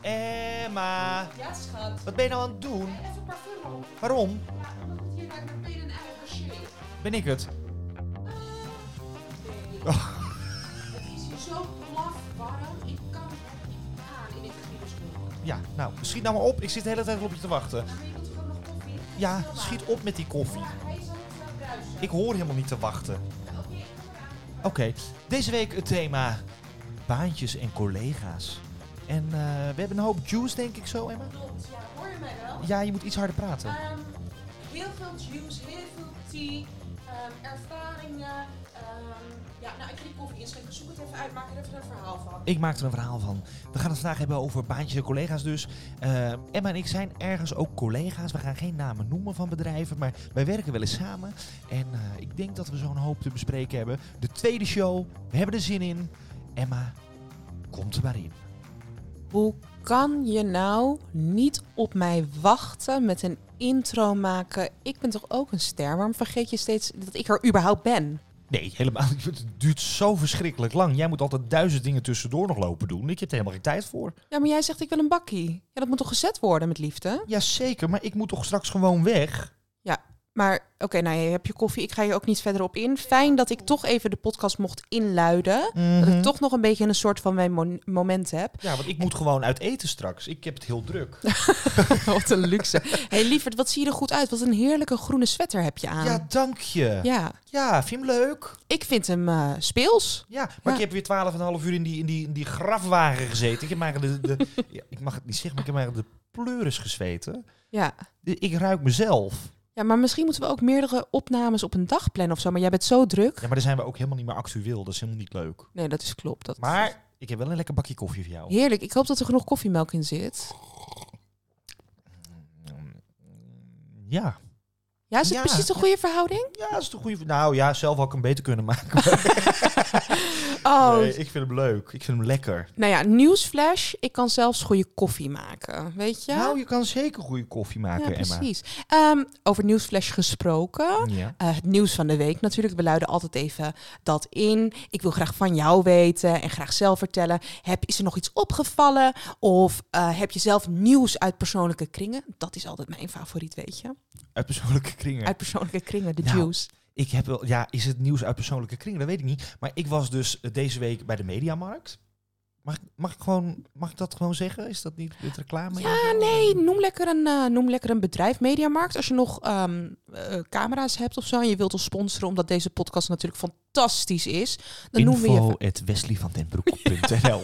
Emma, Ja, schat. wat ben je nou aan het doen? Even parfum op. Waarom? Ja, omdat het hier ruikt naar benen en eigen shit. Ben ik het? Nee. Het is hier zo laf warm. Ik kan het niet aan in dit griezerschool. Ja, nou, schiet nou maar op. Ik zit de hele tijd al op je te wachten. Maar je wilt toch ook nog koffie? Geef het wel Ja, maar. schiet op met die koffie. Ja, hij is al niet aan het bruisen. Ik hoor helemaal niet te wachten. Oké, ik kom eraan. Oké, deze week het thema baantjes en collega's. En eh, we hebben een hoop juice, denk ik zo, Emma. Klopt, ja, hoor je mij wel? Ja, je moet iets harder praten. Ehm, heel veel juice, heel veel tea, ehm, ervaringen. ehm, ja, nou, ik ga die koffie inschenken. Zoek het even uit, maak er even een verhaal van. Ik maak er een verhaal van. We gaan het vandaag hebben over baantjes en collega's dus. Eh, Emma en ik zijn ergens ook collega's. We gaan geen namen noemen van bedrijven, maar wij werken wel eens samen. En eh, ik denk dat we zo'n hoop te bespreken hebben. De tweede show, we hebben er zin in. Emma, komt er maar in. Hoe kan je nou niet op mij wachten met een intro maken? Ik ben toch ook een ster? Waarom vergeet je steeds dat ik er überhaupt ben? Nee, helemaal niet. Het duurt zo verschrikkelijk lang. Jij moet altijd duizend dingen tussendoor nog lopen doen. Ik heb er helemaal geen tijd voor. Ja, maar jij zegt ik wil een bakkie. Ja, dat moet toch gezet worden met liefde? Jazeker, maar ik moet toch straks gewoon weg? Maar oké, nou je hebt je koffie. Ik ga je ook niet verder op in. Fijn dat ik toch even de podcast mocht inluiden. Dat ik toch nog een beetje een soort van mijn mon- moment heb. Mhm. Ja, want ik moet gewoon uit eten straks. Ik heb het heel druk. wat een luxe. hey, lieverd, wat zie je er goed uit? Wat een heerlijke groene sweater heb je aan. Ja, dank je. Ja, Ja, vind je hem leuk? ik vind hem eh, speels. Ja, maar Ja. ik heb weer twaalf en een half uur in die, in die, in die grafwagen gezeten. Ik heb maar de, de, ja, ik mag het niet zeggen, maar ik heb maar de pleuris gezweten. Ja. De- Ik ruik mezelf. Ja, maar misschien moeten we ook meerdere opnames op een dag plannen of zo. Maar jij bent zo druk. Ja, maar dan zijn we ook helemaal niet meer actueel. Dat is helemaal niet leuk. Nee, dat is klopt. Dat Maar ik heb wel een lekker bakje koffie voor jou. Heerlijk. Ik hoop dat er genoeg koffiemelk in zit. Ja. Ja, is het Ja. precies de goede verhouding? Ja, dat is toch goede. Nou ja, zelf had ik hem beter kunnen maken. Oh, Nee, ik vind hem leuk. Ik vind hem lekker. nou ja, nieuwsflash. Ik kan zelfs goede koffie maken, weet je? Nou, je kan zeker goede koffie maken, ja, Emma. precies. Ehm, over nieuwsflash gesproken. Ja. Eh, het nieuws van de week natuurlijk. We luiden altijd even dat in. Ik wil graag van jou weten en graag zelf vertellen. Heb, is er nog iets opgevallen? Of eh, heb je zelf nieuws uit persoonlijke kringen? Dat is altijd mijn favoriet, weet je? Uit persoonlijke kringen. Uit persoonlijke kringen, de Nou, juice. Ik heb wel, ja, is het nieuws uit persoonlijke kring? Dat weet ik niet. Maar ik was dus eh, deze week bij de Mediamarkt. Mag, ik- mag, ik, gewoon, mag ik dat gewoon zeggen? Is dat niet het reclame? Ja, nee, noem lekker een, eh, noem lekker een bedrijf, Mediamarkt. Als je nog ehm, eh, camera's hebt of zo en je wilt ons sponsoren, omdat deze podcast natuurlijk fantastisch is, dan noem noemen we je... Info at wesleyvandenbroek.nl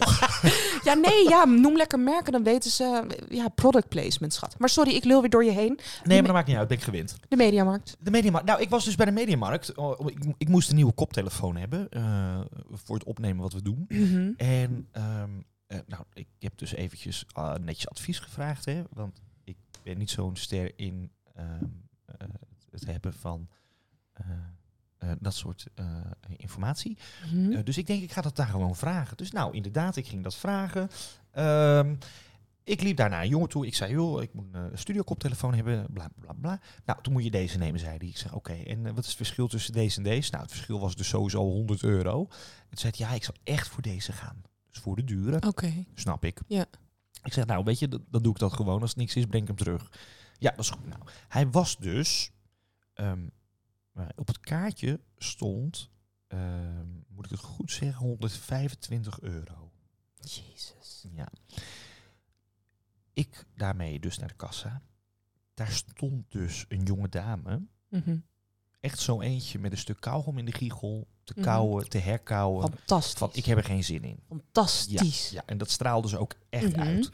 Ja, nee, ja, noem lekker merken, dan weten ze... eh, Ja, product placement, schat. Maar sorry, ik lul weer door je heen. Nee, maar dat maakt niet uit. Ben ik gewend. De Mediamarkt. De Mediamarkt. Nou, ik was dus bij de Mediamarkt. Oh, Ik, ik moest een nieuwe koptelefoon hebben eh, voor het opnemen wat we doen. Mhm. En ehm, eh, nou, ik heb dus eventjes ah, netjes advies gevraagd, hè, want ik ben niet zo'n ster in ehm, eh, het hebben van eh, eh, dat soort eh, informatie. Mhm. Eh, dus ik denk, ik ga dat daar gewoon vragen. Dus nou, inderdaad, ik ging dat vragen. Ehm, ik liep daar naar een jongen toe. Ik zei, joh, ik moet een eh, studiokoptelefoon hebben, bla bla bla. Nou, toen moet je deze nemen, zei hij. Ik zei, oké, en eh, wat is het verschil tussen deze en deze? Nou, het verschil was dus sowieso 100 euro. Toen zei hij, ja, ik zou echt voor deze gaan. Dus voor de dure, Oké. snap ik. Ja. Ik zeg, nou, weet je, dat- dan doe ik dat gewoon. Als het niks is, breng ik hem terug. Ja, dat is goed. Nou, hij was dus... ehm, maar op het kaartje stond, ehm, moet ik het goed zeggen, 125 euro. Jezus. Ja. Ik daarmee dus naar de kassa. Daar stond dus een jonge dame, Mhm. echt zo eentje met een stuk kauwgom in de giegel, te Mhm. kauwen, te herkauwen. Fantastisch. Van, ik heb er geen zin in. Fantastisch. Ja, en dat straalde ze ook echt Mhm. uit.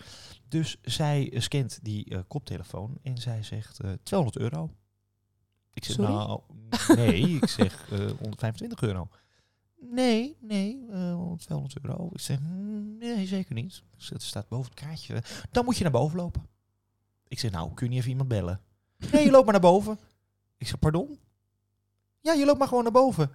Dus zij eh, scant die eh, koptelefoon en zij zegt eh 200 euro. Ik zeg, Sorry? nou, nee, ik zeg eh, 125 euro. Nee, nee, eh 200 euro. Ik zeg, "Mm, nee, zeker niet. Ik zeg, Het staat boven het kaartje. Dan moet je naar boven lopen. Ik zeg, nou, kun je niet even iemand bellen? Nee, je loopt maar naar boven. Ik zeg, pardon? Ja, je loopt maar gewoon naar boven.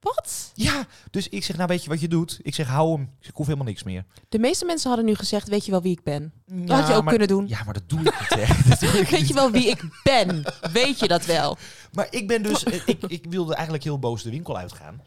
Wat? Ja, dus ik zeg, nou weet je wat je doet? Ik zeg, hou hem. Ik, zeg, ik hoef helemaal niks meer. De meeste mensen hadden nu gezegd, weet je wel wie ik ben? Nou, Dat had je ook maar, kunnen doen. Ja, maar dat doe ik niet. Hè. Dat doe ik Weet niet. je wel wie ik ben? Mm. Weet je dat wel? Maar ik ben dus, eh, ik, ik wilde eigenlijk heel boos de winkel uitgaan.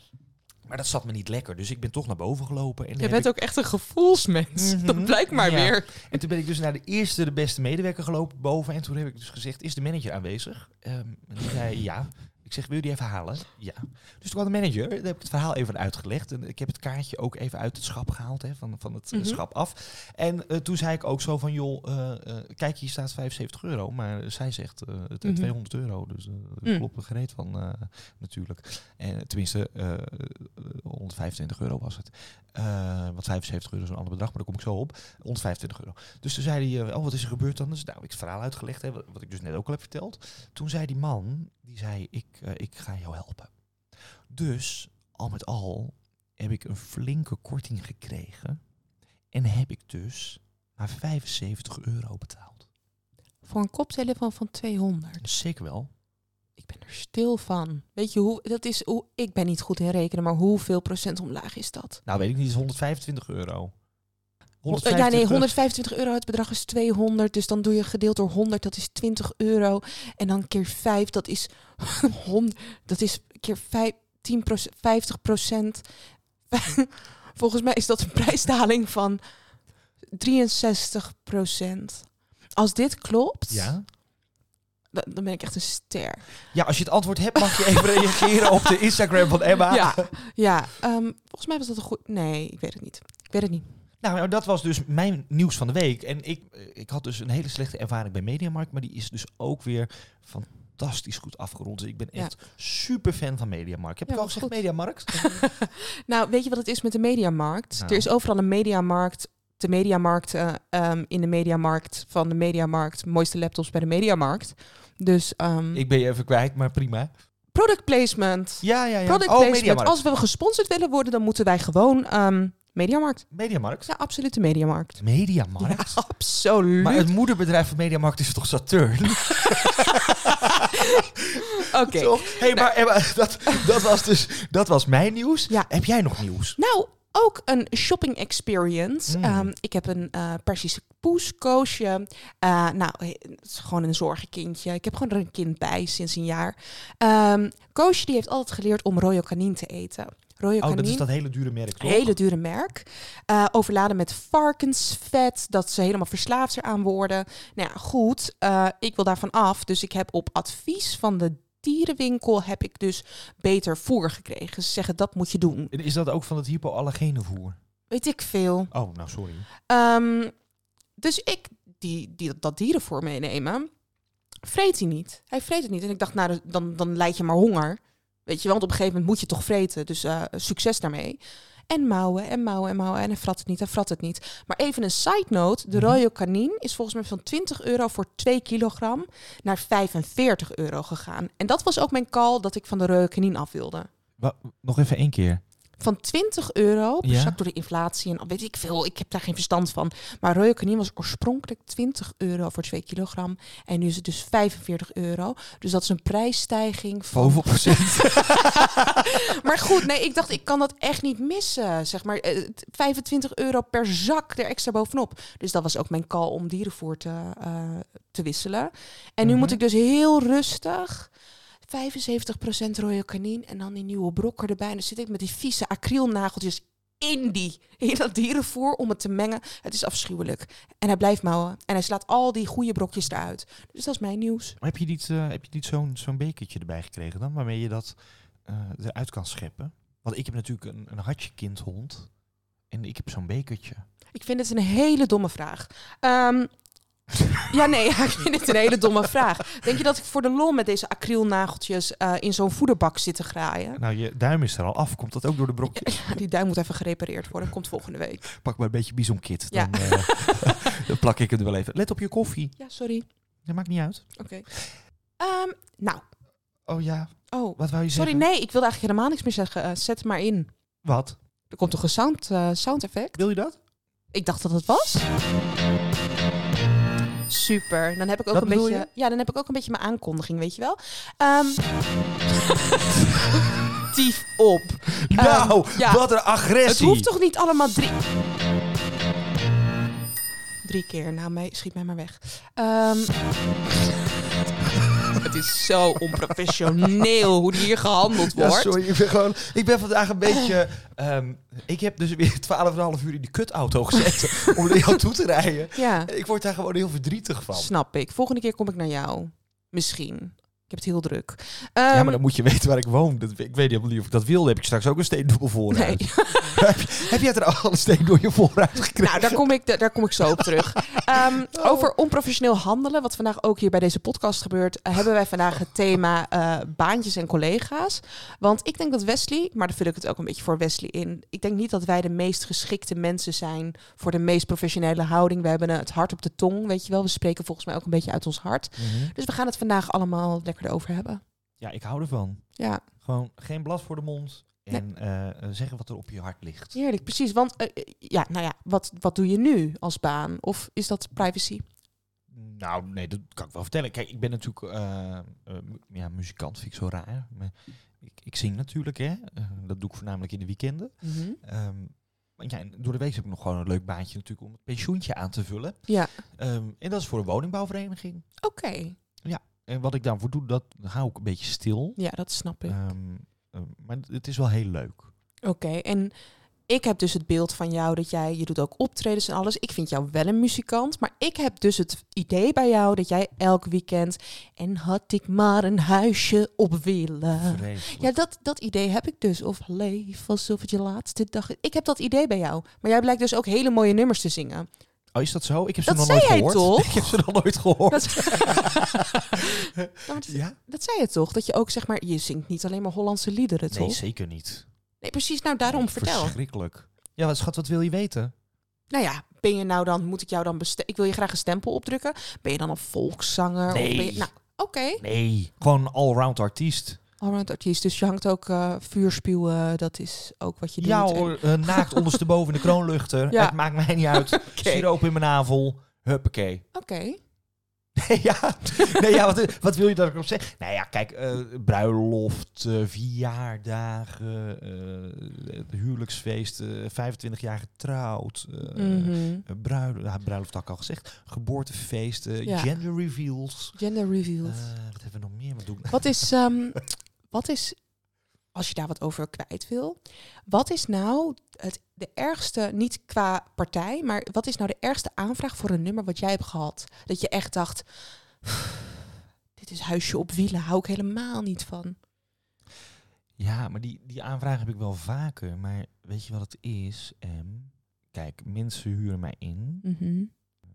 Maar dat zat me niet lekker, dus ik ben toch naar boven gelopen. En, Je heb bent ook echt een gevoelsmens. Mhm. Dat blijkt maar Ja. weer. ik- en toen ben ik dus naar de eerste, de beste medewerker gelopen boven. En toen heb ik dus gezegd, is de manager aanwezig? Ehm, en die zei ja. Ik zeg, wil je die even halen? Ja. Dus toen kwam de manager, daar heb ik het verhaal even uitgelegd. En ik heb het kaartje ook even uit het schap gehaald, hè, van, van het eh, Mhm. schap af. En eh, toen zei ik ook zo van, joh, eh, eh, kijk, hier staat 75 euro. Maar zij zegt eh, het- Mhm. 200 euro, dus eh, daar Mm. klopt er gereed van eh, natuurlijk. En, tenminste, eh, eh, 125 euro was het. Eh want 75 euro is een ander bedrag, maar daar kom ik zo op. 125 euro. Dus toen zei hij, eh, oh, wat is er gebeurd dan? Dus nou, ik heb het verhaal uitgelegd, hè, wat, wat ik dus net ook al heb verteld. Toen zei die man, die zei, ik, eh, ik ga jou helpen. Dus, al met al, heb ik een flinke korting gekregen. En heb ik dus maar 75 euro betaald. Voor een koptelefoon van 200. Zeker wel. Ik ben er stil van. Weet je hoe, dat is hoe, ik ben niet goed in rekenen, maar hoeveel procent omlaag is dat? Nou, weet ik niet, het is 125 euro. Eh, ja, nee, euro. 125 euro. Het bedrag is 200. Dus dan doe je gedeeld door 100, dat is 20 euro. En dan keer 5, dat is, 100, dat is keer 5, 10 50 procent. Volgens mij is dat een prijsdaling van 63 procent. Als dit klopt, Ja? dan, dan ben ik echt een ster. ja, als je het antwoord hebt, mag je even reageren op de Instagram van Emma. Ja, ja ehm, volgens mij was dat een goed... Nee, ik weet het niet. Ik weet het niet. Nou, dat was dus mijn nieuws van de week. En ik, eh, ik had dus een hele slechte ervaring bij Mediamarkt, maar die is dus ook weer fantastisch goed afgerond. Dus ik ben Ja. echt super fan van Mediamarkt. Heb Ja, ik al wat gezegd goed. Mhm. Mediamarkt? Nou, weet je wat het is met de mediamarkt? Nou. Er is overal een mediamarkt. De mediamarkt eh, ehm, in de mediamarkt van de mediamarkt. Mooiste laptops bij de mediamarkt. Dus ehm, ik ben je even kwijt, maar prima. product placement. Ja, ja, ja. Product oh, placement. Mediamarkt. Als we gesponsord willen worden, dan moeten wij gewoon... ehm, mediamarkt. Mediamarkt? Ja, absoluut de mediamarkt. Mediamarkt? Ja, absoluut. Oh, Maar het moederbedrijf van Mediamarkt is toch Saturn? Oké. Toch? hey, maar Emma, dat, dat was dus dat was mijn nieuws. Ja. Heb jij nog nieuws? Nou, ook een shopping experience. Mm. Ehm, ik heb een eh Persische poes, Koosje. Eh, nou, he- het is gewoon een zorgenkindje. Ik heb gewoon er een kind bij sinds een jaar. Ehm, Koosje die heeft altijd geleerd om Royal Canin te eten. Royal Oh, dat is Canin, dat hele dure merk, toch? hele dure merk. Eh, overladen met varkensvet, dat ze helemaal verslaafd eraan worden. Nou ja, goed, eh, ik wil daarvan af. Dus ik heb op advies van de dierenwinkel heb ik dus beter voer gekregen. Ze zeggen, dat moet je doen. En Is dat ook van het hypoallergene voer? Weet ik veel. Oh, nou sorry. Ehm, dus ik die, die, dat dierenvoer meenemen, vreet hij niet. Hij vreet het niet. En ik dacht, nou, dan, dan leid je maar honger. Weet je wel, want op een gegeven moment moet je toch vreten. Dus eh, succes daarmee. En mouwen, en mouwen, en mouwen. En hij frat het niet, hij frat het niet. Maar even een side note. De Mhm. Royal Canin is volgens mij van 20 euro voor 2 kilogram naar 45 euro gegaan. En dat was ook mijn call dat ik van de Royal Canin af wilde Wa- nog even één keer. van 20 euro, Ja. zak door de inflatie en al weet ik veel, ik heb daar geen verstand van. Maar Royal Canin was oorspronkelijk 20 euro voor 2 kilogram en nu is het dus 45 euro. Dus dat is een prijsstijging van... Hoeveel procent? maar goed, nee, ik dacht ik kan dat echt niet missen, zeg maar. eh, 25 euro per zak er extra bovenop. Dus dat was ook mijn call om dierenvoer te, eh, te wisselen. En nu Mhm. moet ik dus heel rustig... 75% Royal Canin en dan die nieuwe brokker erbij. En dan zit ik met die vieze acrylnageltjes in, die, in dat dierenvoer om het te mengen. Het is afschuwelijk. En hij blijft mouwen. En hij slaat al die goede brokjes eruit. Dus dat is mijn nieuws. Maar heb je niet, eh, heb je niet zo'n zo'n bekertje erbij gekregen dan, waarmee je dat eh, eruit kan scheppen? Want ik heb natuurlijk een, een hartje kindhond en ik heb zo'n bekertje. Ik vind het een hele domme vraag. Ehm, ja, nee, ja, ik vind het een hele domme vraag. Denk je dat ik voor de lol met deze acrylnageltjes eh, in zo'n voederbak zit te graaien? Nou, je duim is er al af. Komt dat ook door de brokje? Ja, die duim moet even gerepareerd worden. Komt volgende week. Pak maar een beetje bizonkit, Ja. dan, eh, dan plak ik het wel even. Let op je koffie. Ja, sorry. Dat maakt niet uit. Oké. Ehm, nou, Oh ja, oh. wat wou je Sorry, zeggen? nee, ik wilde eigenlijk helemaal niks meer zeggen. Eh, zet het maar in. Wat? Er komt toch een sound, eh, sound effect? Wil je dat? Ik dacht dat het was. Super. Dan heb ik ook Dat een bedoel beetje. Ja, dan heb ik ook een beetje mijn aankondiging, weet je wel. Ehm Tief op. nou, Ehm, ja. wat een agressie. Het hoeft toch niet allemaal drie. Drie keer. Nou, mij, schiet mij maar weg. Ehm Het is zo onprofessioneel hoe hier gehandeld Ja, wordt. sorry, ik ben, gewoon, ik ben vandaag een beetje... ehm, ik heb dus weer 12,5 uur in die kutauto gezet om naar jou toe te rijden. Ja, Ik word daar gewoon heel verdrietig van. snap ik. Volgende keer kom ik naar jou. Misschien. Ik heb het heel druk. ja, Ehm, maar dan moet je weten waar ik woon. Dat, ik weet helemaal niet of ik dat wil. Dan heb ik straks ook een steendoel vooruit. Nee. heb, heb jij er al een steen door je vooruit gekregen? Nou, daar kom ik, daar kom ik zo op terug. Ehm, Over onprofessioneel handelen, wat vandaag ook hier bij deze podcast gebeurt, eh, hebben wij vandaag het thema eh, baantjes en collega's. Want ik denk dat Wesley, maar daar vul ik het ook een beetje voor Wesley in. Ik denk niet dat wij de meest geschikte mensen zijn voor de meest professionele houding. We hebben eh, het hart op de tong, weet je wel. We spreken volgens mij ook een beetje uit ons hart. Mhm. Dus we gaan het vandaag allemaal lekker erover hebben. Ja, ik hou ervan. Ja, Gewoon geen blad voor de mond. En eh, zeggen wat er op je hart ligt. heerlijk, precies. Want eh, eh, ja, nou ja, wat, wat doe je nu als baan? Of is dat privacy? Nou, nee, dat kan ik wel vertellen. Kijk, ik ben natuurlijk... eh, eh, mu- ja, muzikant vind ik zo raar. Maar ik, ik zing natuurlijk, hè. Eh, dat doe ik voornamelijk in de weekenden. Ehm, want ja, en door de week heb ik nog gewoon een leuk baantje natuurlijk om het pensioentje aan te vullen. Ja. Ehm, en dat is voor een woningbouwvereniging. Oké. En wat ik daarvoor doe, dat hou ik een beetje stil. Ja, dat snap ik. Ehm, ehm, maar het is wel heel leuk. Oké, en ik heb dus het beeld van jou dat jij, je doet ook optredens en alles. Ik vind jou wel een muzikant, maar ik heb dus het idee bij jou dat jij elk weekend en had ik maar een huisje op willen. Vreselijk. Eh, Ja, dat, dat idee heb ik dus. Of leef alsof het je laatste dag is. Ik heb dat idee bij jou. Maar jij blijkt dus ook hele mooie nummers te zingen. Oh, is dat zo? Ik heb ze Dat nog zei nooit jij gehoord. toch? Ik heb ze nog nooit gehoord. Dat, Nou, maar dat, Ja? dat zei je toch? Dat je ook zeg maar, je zingt niet alleen maar Hollandse liederen, Nee, toch? zeker niet. Nee, precies. Nou, daarom Nee, vertel. Verschrikkelijk. Ja, wat, schat, wat wil je weten? Nou ja, ben je nou dan, moet ik jou dan bestempelen? Ik wil je graag een stempel opdrukken. Ben je dan een volkszanger? Of Nee. ben je, nou, oké. Nee. Gewoon een allround artiest. Allround artiest. Dus je hangt ook eh, vuurspuwen, dat is ook wat je doet. Ja En- hoor, eh, naakt ondersteboven in de kroonluchter. Ja. Het maakt mij niet uit. Siroop in mijn navel. Huppakee. Oké. Nee, ja. Nee, ja wat, wat wil je dat ik op zeg? Nou ja, kijk, eh, bruiloft, eh, verjaardagen, eh, huwelijksfeest, eh, 25 jaar getrouwd, eh, Mhm. eh, bruil- ja, bruiloft had ik al gezegd, geboortefeesten, Ja. gender reveals. Gender revealed. Eh, wat hebben we nog meer? Wat doen? Wat is, ehm, wat is, als je daar wat over kwijt wil, wat is nou het, de ergste, niet qua partij, maar wat is nou de ergste aanvraag voor een nummer wat jij hebt gehad? Dat je echt dacht, dit is huisje op wielen, hou ik helemaal niet van. Ja, maar die, die aanvraag heb ik wel vaker. Maar weet je wat het is? Em? kijk, mensen huren mij in. Mhm.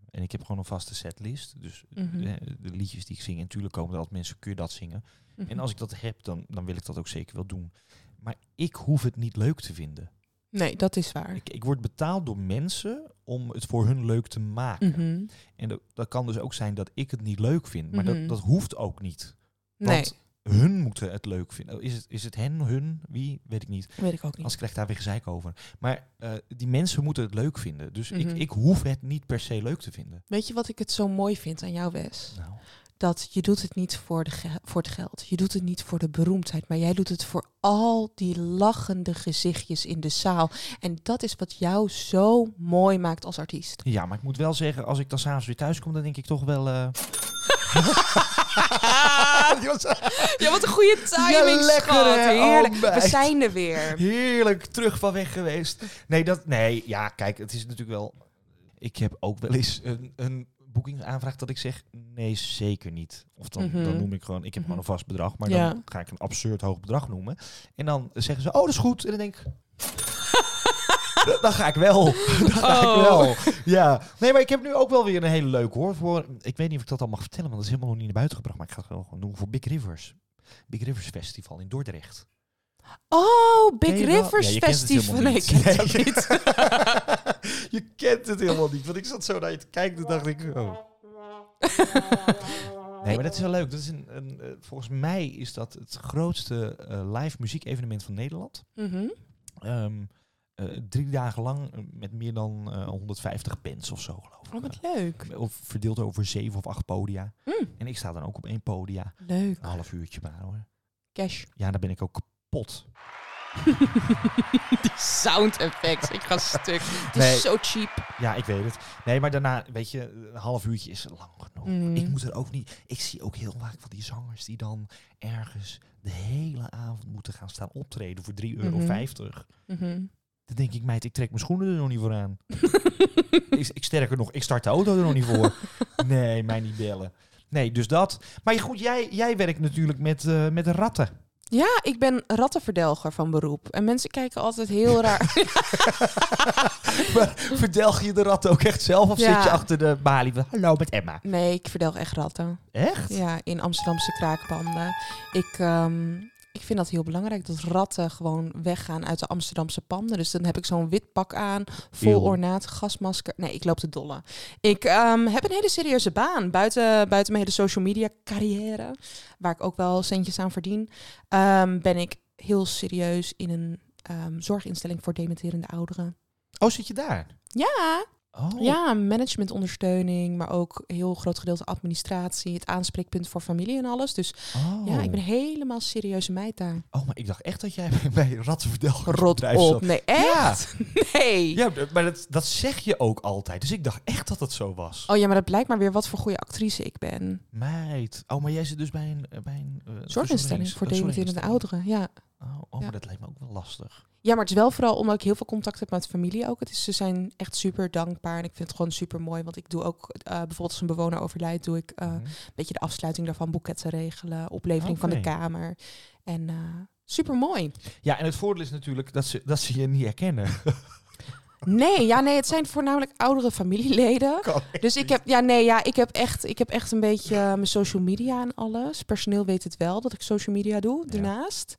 En ik heb gewoon een vaste setlist. Dus Mhm. eh, de liedjes die ik zing. En natuurlijk komen er altijd mensen, kun je dat zingen? En als ik dat heb, dan, dan wil ik dat ook zeker wel doen. Maar ik hoef het niet leuk te vinden. Nee, dat is waar. Ik, ik word betaald door mensen om het voor hun leuk te maken. Mhm. En dat, dat kan dus ook zijn dat ik het niet leuk vind. Maar Mhm. dat, dat hoeft ook niet. Nee, Want hun moeten het leuk vinden. Is het, is het hen, hun, wie? Weet ik niet. weet ik ook niet. Als krijg ik daar weer gezeik over. Maar eh, die mensen moeten het leuk vinden. Dus Mhm. ik, ik hoef het niet per se leuk te vinden. Weet je wat ik het zo mooi vind aan jou, Wes? Nou, Dat je doet het niet voor, de ge- voor het geld. Je doet het niet voor de beroemdheid. Maar jij doet het voor al die lachende gezichtjes in de zaal. En dat is wat jou zo mooi maakt als artiest. ja, maar ik moet wel zeggen, als ik dan s'avonds weer thuis kom, dan denk ik toch wel... eh, ja, wat een goede timing, Ja, lekker, schat. hè, Oh, Heerlijk. ontbijt. We zijn er weer. Heerlijk terug van weg geweest. Nee, dat, nee, ja, kijk, het is natuurlijk wel. Ik heb ook wel eens een, een boekingsaanvraag dat ik zeg: nee, zeker niet. Of dan, Mhm. dan noem ik gewoon: ik heb gewoon een vast bedrag, maar Ja. dan ga ik een absurd hoog bedrag noemen. En dan zeggen ze: oh, dat is goed. En dan denk ik. "Dan- Dan ga ik wel. Dan ga Oh. ik wel. Ja. Nee, maar ik heb nu ook wel weer een hele leuk hoor. Voor, ik weet niet of ik dat al mag vertellen, want dat is helemaal nog niet naar buiten gebracht. Maar ik ga het wel gewoon doen voor Big Rivers. Big Rivers Festival in Dordrecht. Oh, Big Ken je wel- Rivers Ja, je kent het Festival. helemaal Nee, niet. ik ken dat Nee. niet. je kent het helemaal niet. Want ik zat zo naar je te kijken en dacht ik... Oh. Nee, maar dat is wel leuk. Dat is een, een, eh, volgens mij is dat het grootste eh, live muziekevenement van Nederland. Mhm. Ehm, eh, drie dagen lang eh, met meer dan eh, 150 bands of zo, geloof ik. Oh, wat leuk. Eh, of verdeeld over zeven of acht podia. Hm. En ik sta dan ook op één podia. Leuk. Een half uurtje maar hoor. Cash. Ja, daar ben ik ook kapot. Die sound effects. Ik ga stuk. Het is Nee. zo cheap. Ja, ik weet het. Nee, maar daarna, weet je, een half uurtje is lang genoeg. Mm. Ik moet er ook niet. Ik zie ook heel vaak van die zangers die dan ergens de hele avond moeten gaan staan optreden voor 3,50 euro. Mhm. Dan denk ik, meid, ik trek mijn schoenen er nog niet voor aan. ik, ik sterker nog, ik start de auto er nog niet voor. Nee, mij niet bellen. Nee, dus dat. Maar goed, jij, jij werkt natuurlijk met, eh, met ratten. Ja, ik ben rattenverdelger van beroep. En mensen kijken altijd heel raar. Maar verdelg je de ratten ook echt zelf of Ja. zit je achter de balie van hallo met Emma? Nee, ik verdelg echt ratten. Echt? Ja, in Amsterdamse kraakpanden. Ik, ehm, ik vind dat heel belangrijk, dat ratten gewoon weggaan uit de Amsterdamse panden. Dus dan heb ik zo'n wit pak aan, vol Eeuw. ornaat, gasmasker. Nee, ik loop te dolle. Ik ehm, heb een hele serieuze baan, buiten, buiten mijn hele social media carrière, waar ik ook wel centjes aan verdien, ehm, ben ik heel serieus in een ehm, zorginstelling voor dementerende ouderen. Oh, zit je daar? Ja, Oh, ja, managementondersteuning, maar ook een heel groot gedeelte administratie, het aanspreekpunt voor familie en alles. Dus Oh. ja, ik ben helemaal serieuze meid daar. Oh, maar ik dacht echt dat jij bij- bij rattenverdelger Rot op. Nee, echt? Nee. Ja, d- maar dat, dat zeg je ook altijd. Dus ik dacht echt dat dat zo was. Oh ja, maar dat blijkt maar weer wat voor goede actrice ik ben. Meid. Oh, maar jij zit dus bij een... eh, Bij een eh, Zorginstelling verzorgings- voor eh, dementerende zorginstelling. ouderen, ja. Oh, oh, Ja. maar dat lijkt me ook wel lastig. Ja, maar het is wel vooral omdat ik heel veel contact heb met familie ook. Het is, ze zijn echt super dankbaar en ik vind het gewoon super mooi. Want ik doe ook, eh, bijvoorbeeld als een bewoner overlijdt, doe ik eh, Mhm. een beetje de afsluiting daarvan, boeketten regelen, oplevering van de Oké. kamer. En eh, super mooi. Ja, en het voordeel is natuurlijk dat ze, dat ze je niet herkennen. Nee, ja, nee, het zijn voornamelijk oudere familieleden. Kan echt Dus ik niet. heb, ja, nee, ja, ik heb echt, ik heb echt een beetje eh, mijn social media en alles. Personeel weet het wel dat ik social media doe Ja. daarnaast.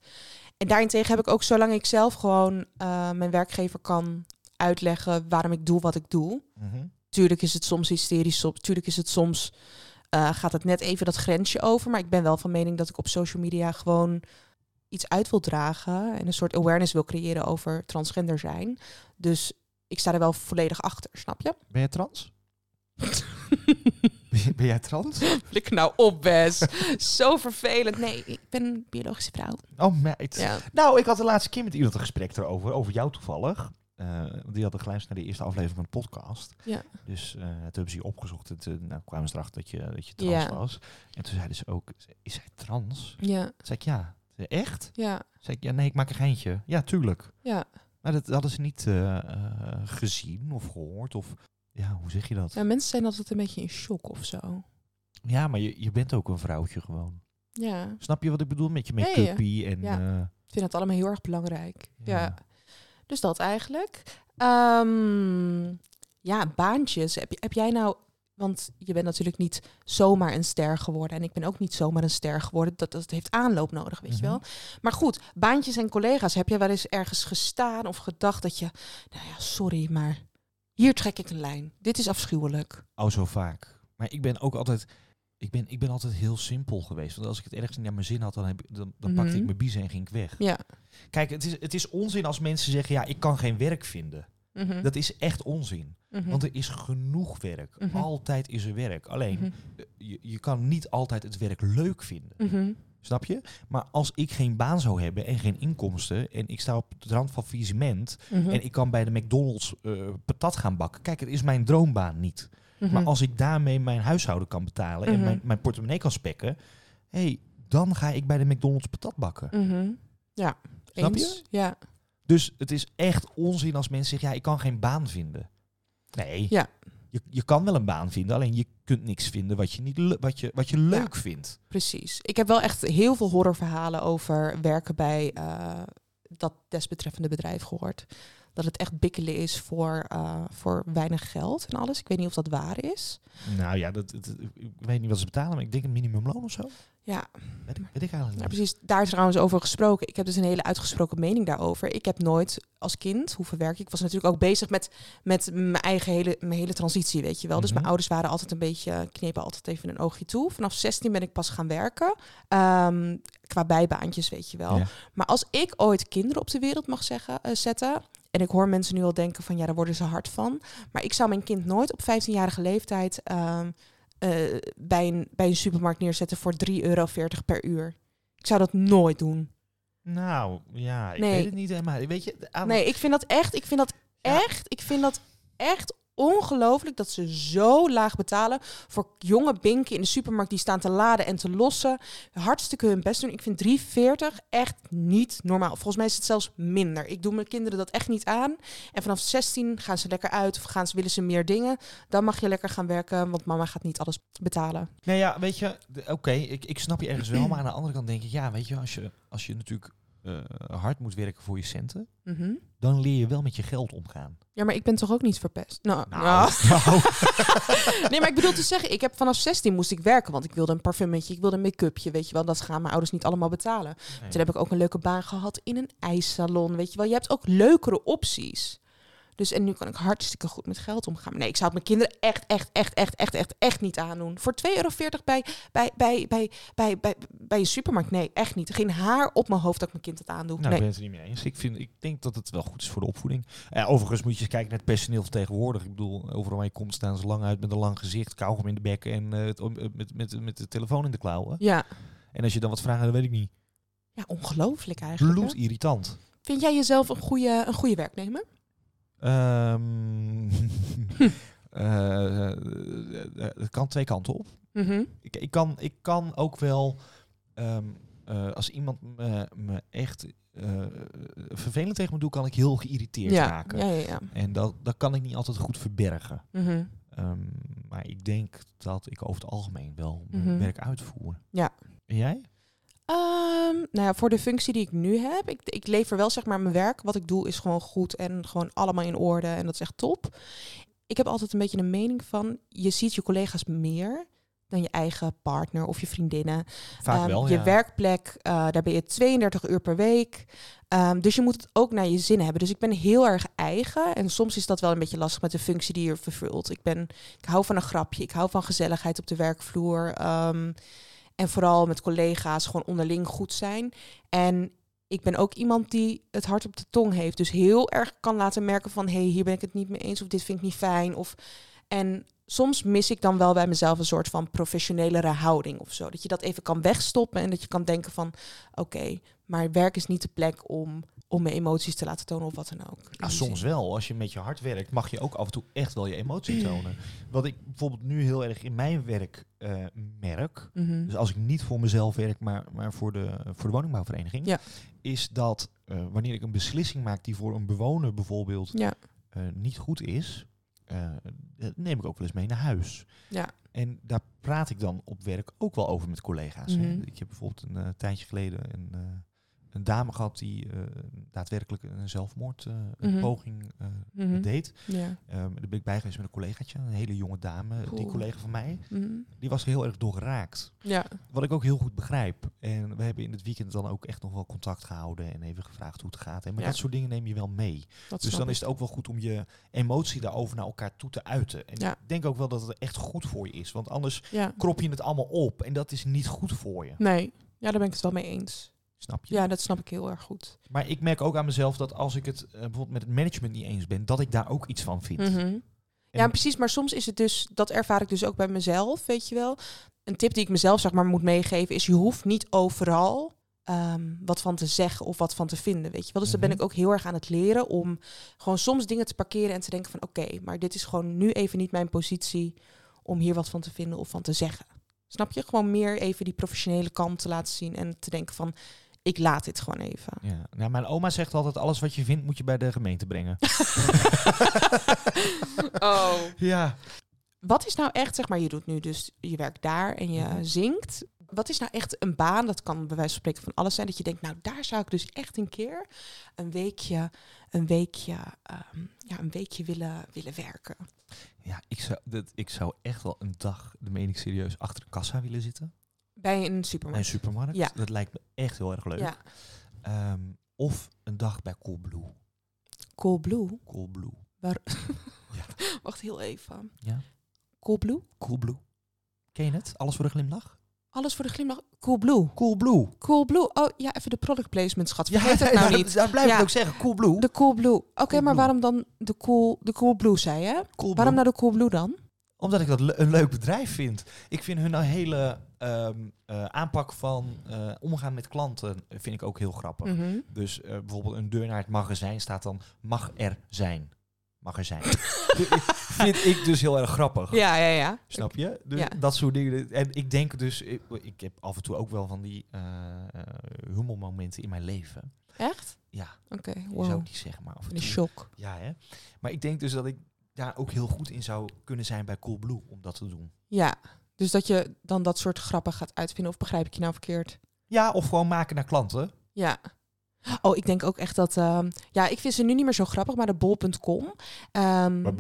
En daarentegen heb ik ook, zolang ik zelf gewoon eh, mijn werkgever kan uitleggen waarom ik doe wat ik doe. Mhm. Tuurlijk is het soms hysterisch, soms, tuurlijk is het soms eh, gaat het net even dat grensje over. Maar ik ben wel van mening dat ik op social media gewoon iets uit wil dragen en een soort awareness wil creëren over transgender zijn. Dus ik sta er wel volledig achter, snap je? Ben jij trans? Ben, je- ben jij trans? Blik nou op, Wes. Zo vervelend. Nee, ik ben een biologische vrouw. Oh, meid. Ja. Nou, ik had de laatste keer met iemand een gesprek erover, over jou toevallig. Eh, die hadden geluisterd naar de eerste aflevering van de podcast. Ja. Dus eh, toen hebben ze je opgezocht. En toen nou, kwamen ze erachter dat je, dat je trans Ja. was. En toen zeiden ze ook, is hij trans? Ja, Toen zei ik, ja. Ze zei, Echt? ja, Zei ik, ja, nee, ik maak een geintje. Ja, tuurlijk. ja. Maar dat hadden ze niet eh, eh, gezien of gehoord. Of, ja, hoe zeg je dat? Ja, mensen zijn altijd een beetje in shock of zo. maar je, je bent ook een vrouwtje gewoon. Ja, ik Snap je wat ik bedoel met je Nee, make-upie? en, ja. eh, vind dat allemaal heel erg belangrijk. Ja. Ja. Dus dat eigenlijk. Ehm, ja, baantjes. Heb, je- heb jij nou... Want je bent natuurlijk niet zomaar een ster geworden. En ik ben ook niet zomaar een ster geworden. Dat, dat heeft aanloop nodig, weet je Mhm. wel. Maar goed, baantjes en collega's. Heb jij wel eens ergens gestaan of gedacht dat je... Nou ja, sorry, maar hier trek ik een lijn. Dit is afschuwelijk. Oh, zo vaak. Maar ik ben ook altijd. Ik ben, ik ben altijd heel simpel geweest. Want als ik het ergens niet naar mijn zin had, dan, heb, ik- dan, dan pakte ik Mhm. mijn biezen en ging ik weg. Ja. Kijk, het is, het is onzin als mensen zeggen, ja, ik kan geen werk vinden. Mhm. Dat is echt onzin. Mhm. Want er is genoeg werk. Mhm. Altijd is er werk. Alleen, Mhm. eh, je, je kan niet altijd het werk leuk vinden. Mhm. Snap je? Maar als ik geen baan zou hebben en geen inkomsten en ik sta op de rand van faillissement Mhm. en ik kan bij de McDonald's eh, patat gaan bakken. Kijk, het is mijn droombaan niet. Mhm. Maar als ik daarmee mijn huishouden kan betalen en Mhm. mijn, mijn portemonnee kan spekken, hé, hey, dan ga ik bij de McDonald's patat bakken. Mhm. Ja. Snap je? Eens. Ja. Dus het is echt onzin als mensen zeggen, ja, ik kan geen baan vinden. Nee, Ja. je, je kan wel een baan vinden, alleen je kunt niks vinden wat je, niet le- wat je, wat je leuk vindt. Precies. Ik heb wel echt heel veel horrorverhalen over werken bij eh, dat desbetreffende bedrijf gehoord. Dat het echt bikkelen is voor, eh, voor weinig geld en alles. Ik weet niet of dat waar is. Nou ja, dat, dat- ik weet niet wat ze betalen, maar ik denk een minimumloon of zo. Ja, Weet ik, weet ik eigenlijk nou niet. precies. Daar is trouwens over gesproken. Ik heb dus een hele uitgesproken mening daarover. Ik heb nooit als kind hoeven werken. Ik was natuurlijk ook bezig met, met mijn eigen hele, mijn hele transitie, weet je wel. Dus Mhm. mijn ouders waren altijd een beetje, knepen altijd even een oogje toe. Vanaf 16 ben ik pas gaan werken. Ehm, qua bijbaantjes, weet je wel. Ja. Maar als ik ooit kinderen op de wereld mag zeggen, eh, zetten. En ik hoor mensen nu al denken van ja, daar worden ze hard van. Maar ik zou mijn kind nooit op 15-jarige leeftijd ehm, eh, bij, een, bij een supermarkt neerzetten voor 3,40 euro per uur. Ik zou dat nooit doen. Nou, ja, ik Nee. weet het niet helemaal. Weet je, aan Nee, ik vind dat echt, ik vind dat Ah, Ja. echt, ik vind dat echt ongelooflijk dat ze zo laag betalen voor jonge binken in de supermarkt die staan te laden en te lossen. Hartstikke hun best doen. Ik vind 3,40 echt niet normaal. Volgens mij is het zelfs minder. Ik doe mijn kinderen dat echt niet aan. En vanaf 16 gaan ze lekker uit of gaan ze, willen ze meer dingen. Dan mag je lekker gaan werken, want mama gaat niet alles betalen. Nee, ja, weet je, de- oké, ik, ik snap je ergens wel, maar aan de andere kant denk ik, ja, weet je, als je, als je natuurlijk eh, hard moet werken voor je centen, Mhm. dan leer je wel met je geld omgaan. Ja, maar ik ben toch ook niet verpest? Nou, Nou, ja. nou, Nee, maar ik bedoel te zeggen, ik heb vanaf 16 moest ik werken, want ik wilde een parfummetje, ik wilde een make-upje, weet je wel. Dat gaan mijn ouders niet allemaal betalen. Nee. Toen heb ik ook een leuke baan gehad in een ijssalon, weet je wel. Je hebt ook leukere opties. Dus en nu kan ik hartstikke goed met geld omgaan. Maar nee, ik zou het mijn kinderen echt, echt, echt, echt, echt, echt, echt niet aandoen. Voor 2,40 euro bij, bij, bij, bij, bij, bij, bij een supermarkt, nee, echt niet. Geen haar op mijn hoofd dat ik mijn kind dat aandoe. nou, ik nee. ben het er niet mee eens. Ik, vind, ik denk dat het wel goed is voor de opvoeding. Eh, overigens moet je eens kijken naar het personeel van tegenwoordig. Ik bedoel, overal waar je komt staan ze lang uit met een lang gezicht, kauwgom in de bek en eh, het, om- eh, met, met, met de telefoon in de klauwen. Ja. En als je dan wat vraagt, dan weet ik niet. ja, ongelooflijk eigenlijk. hè? Bloedirritant. Vind jij jezelf een goede, een goede werknemer? Ehm eh, eh, het kan twee kanten op. Mhm. ik, ik, kan, ik kan ook wel, ehm, eh, als iemand me, me echt eh, vervelend tegen me doet, kan ik heel geïrriteerd Ja. raken. ja, ja, ja. En dat, dat kan ik niet altijd goed verbergen. Mhm. Ehm, maar ik denk dat ik over het algemeen wel mijn Mhm. werk uitvoer. Ja. En jij? Ehm, nou ja, voor de functie die ik nu heb, ik, ik lever wel zeg maar mijn werk. Wat ik doe is gewoon goed en gewoon allemaal in orde en dat is echt top. Ik heb altijd een beetje een mening van, je ziet je collega's meer dan je eigen partner of je vriendinnen. Vaak Ehm, wel, Je ja. werkplek, eh, daar ben je 32 uur per week. Ehm, dus je moet het ook naar je zin hebben. Dus ik ben heel erg eigen. En soms is dat wel een beetje lastig met de functie die je vervult. Ik, ben, ik hou van een grapje. Ik hou van gezelligheid op de werkvloer. ehm, en vooral met collega's gewoon onderling goed zijn. En ik ben ook iemand die het hart op de tong heeft. Dus heel erg kan laten merken van... hé, hey, hier ben ik het niet mee eens of dit vind ik niet fijn. Of... En soms mis ik dan wel bij mezelf een soort van professionelere houding of zo. Dat je dat even kan wegstoppen en dat je kan denken van... oké, maar werk is niet de plek om, om mijn emoties te laten tonen of wat dan ook. In Nou, die soms zin. wel. Als je met je hart werkt, mag je ook af en toe echt wel je emotie tonen. Wat ik bijvoorbeeld nu heel erg in mijn werk eh, merk, Mhm. Dus als ik niet voor mezelf werk, maar, maar voor, de, voor de woningbouwvereniging, Ja. is dat eh, wanneer ik een beslissing maak die voor een bewoner bijvoorbeeld Ja. eh, niet goed is, eh, dat neem ik ook wel eens mee naar huis. Ja. En daar praat ik dan op werk ook wel over met collega's. Mhm. Hè. Ik heb bijvoorbeeld een eh, tijdje geleden een, eh, een dame gehad die eh, daadwerkelijk een Mhm. zelfmoordpoging Mhm. deed. Ja. Ehm daar ben ik bij geweest met een collegaatje, een hele jonge dame. Die Oeh. collega van mij, Mhm. die was er heel erg door geraakt. ja. Wat ik ook heel goed begrijp. En we hebben in het weekend dan ook echt nog wel contact gehouden en even gevraagd hoe het gaat. En maar Ja. dat soort dingen neem je wel mee. dat dus snap dan ik. is het ook wel goed om je emotie daarover naar elkaar toe te uiten. En Ja. ik denk ook wel dat het echt goed voor je is. Want anders Ja. krop je het allemaal op. En dat is niet goed voor je. Nee, ja, daar ben ik het wel mee eens. Snap je? Ja, dat snap ik heel erg goed. Maar ik merk ook aan mezelf dat als ik het eh, bijvoorbeeld met het management niet eens ben, dat ik daar ook iets van vind. Mhm. Ja, En- precies. Maar soms is het dus, dat ervaar ik dus ook bij mezelf, weet je wel. Een tip die ik mezelf zeg maar moet meegeven is, je hoeft niet overal ehm, wat van te zeggen of wat van te vinden, weet je wel. Dus daar ben Mhm. ik ook heel erg aan het leren om gewoon soms dingen te parkeren en te denken van, oké, maar dit is gewoon nu even niet mijn positie om hier wat van te vinden of van te zeggen. Snap je? Gewoon meer even die professionele kant te laten zien en te denken van, ik laat dit gewoon even. Ja. Nou, mijn oma zegt altijd, alles wat je vindt moet je bij de gemeente brengen. Oh. ja. Wat is nou echt, zeg maar, je doet nu dus, je werkt daar en je Mhm. zingt. Wat is nou echt een baan? Dat kan bij wijze van spreken van alles zijn. Dat je denkt, nou daar zou ik dus echt een keer een weekje, een weekje, ehm, ja, een weekje willen, willen werken. Ja, ik zou, dat, ik zou echt wel een dag, dat meen ik serieus, achter de kassa willen zitten. Bij een Bij een supermarkt. supermarkt. Ja. Dat lijkt me echt heel erg leuk. Ja. Ehm, of een dag bij Coolblue. Coolblue. Coolblue. Wacht heel even. Ja. Coolblue? Coolblue. Ken je het? Alles voor de glimlach? Alles voor de glimlach. Coolblue. Coolblue. Coolblue. Oh ja, even de product placement, schat. Vergeet het nou daar- niet. Daar blijf ik Ja. ook zeggen. Coolblue. De Coolblue. Oké, maar Coolblue. waarom dan de cool, de Coolblue zei je? Coolblue. Waarom nou de Coolblue dan? Omdat ik dat le- een leuk bedrijf vind. Ik vind hun nou hele ehm, eh, aanpak van eh, omgaan met klanten eh, vind ik ook heel grappig. Mhm. Dus eh, bijvoorbeeld een deur naar het magazijn staat dan mag er zijn. Mag er zijn. vind ik dus heel erg grappig. Ja, ja, ja. Snap je? Dus Ja. dat soort dingen. En ik denk dus, ik, ik heb af en toe ook wel van die eh eh, hummelmomenten in mijn leven. Echt? Ja, Oké, je zou wow. het niet zeggen, maar af en In toe. shock. Ja, hè? Maar ik denk dus dat ik daar ook heel goed in zou kunnen zijn bij Coolblue om dat te doen. Ja. Dus dat je dan dat soort grappen gaat uitvinden, of begrijp ik je nou verkeerd? Ja, of gewoon maken naar klanten. Ja. Oh, ik denk ook echt dat. ehm, ja, ik vind ze nu niet meer zo grappig, maar de bol.com. ehm,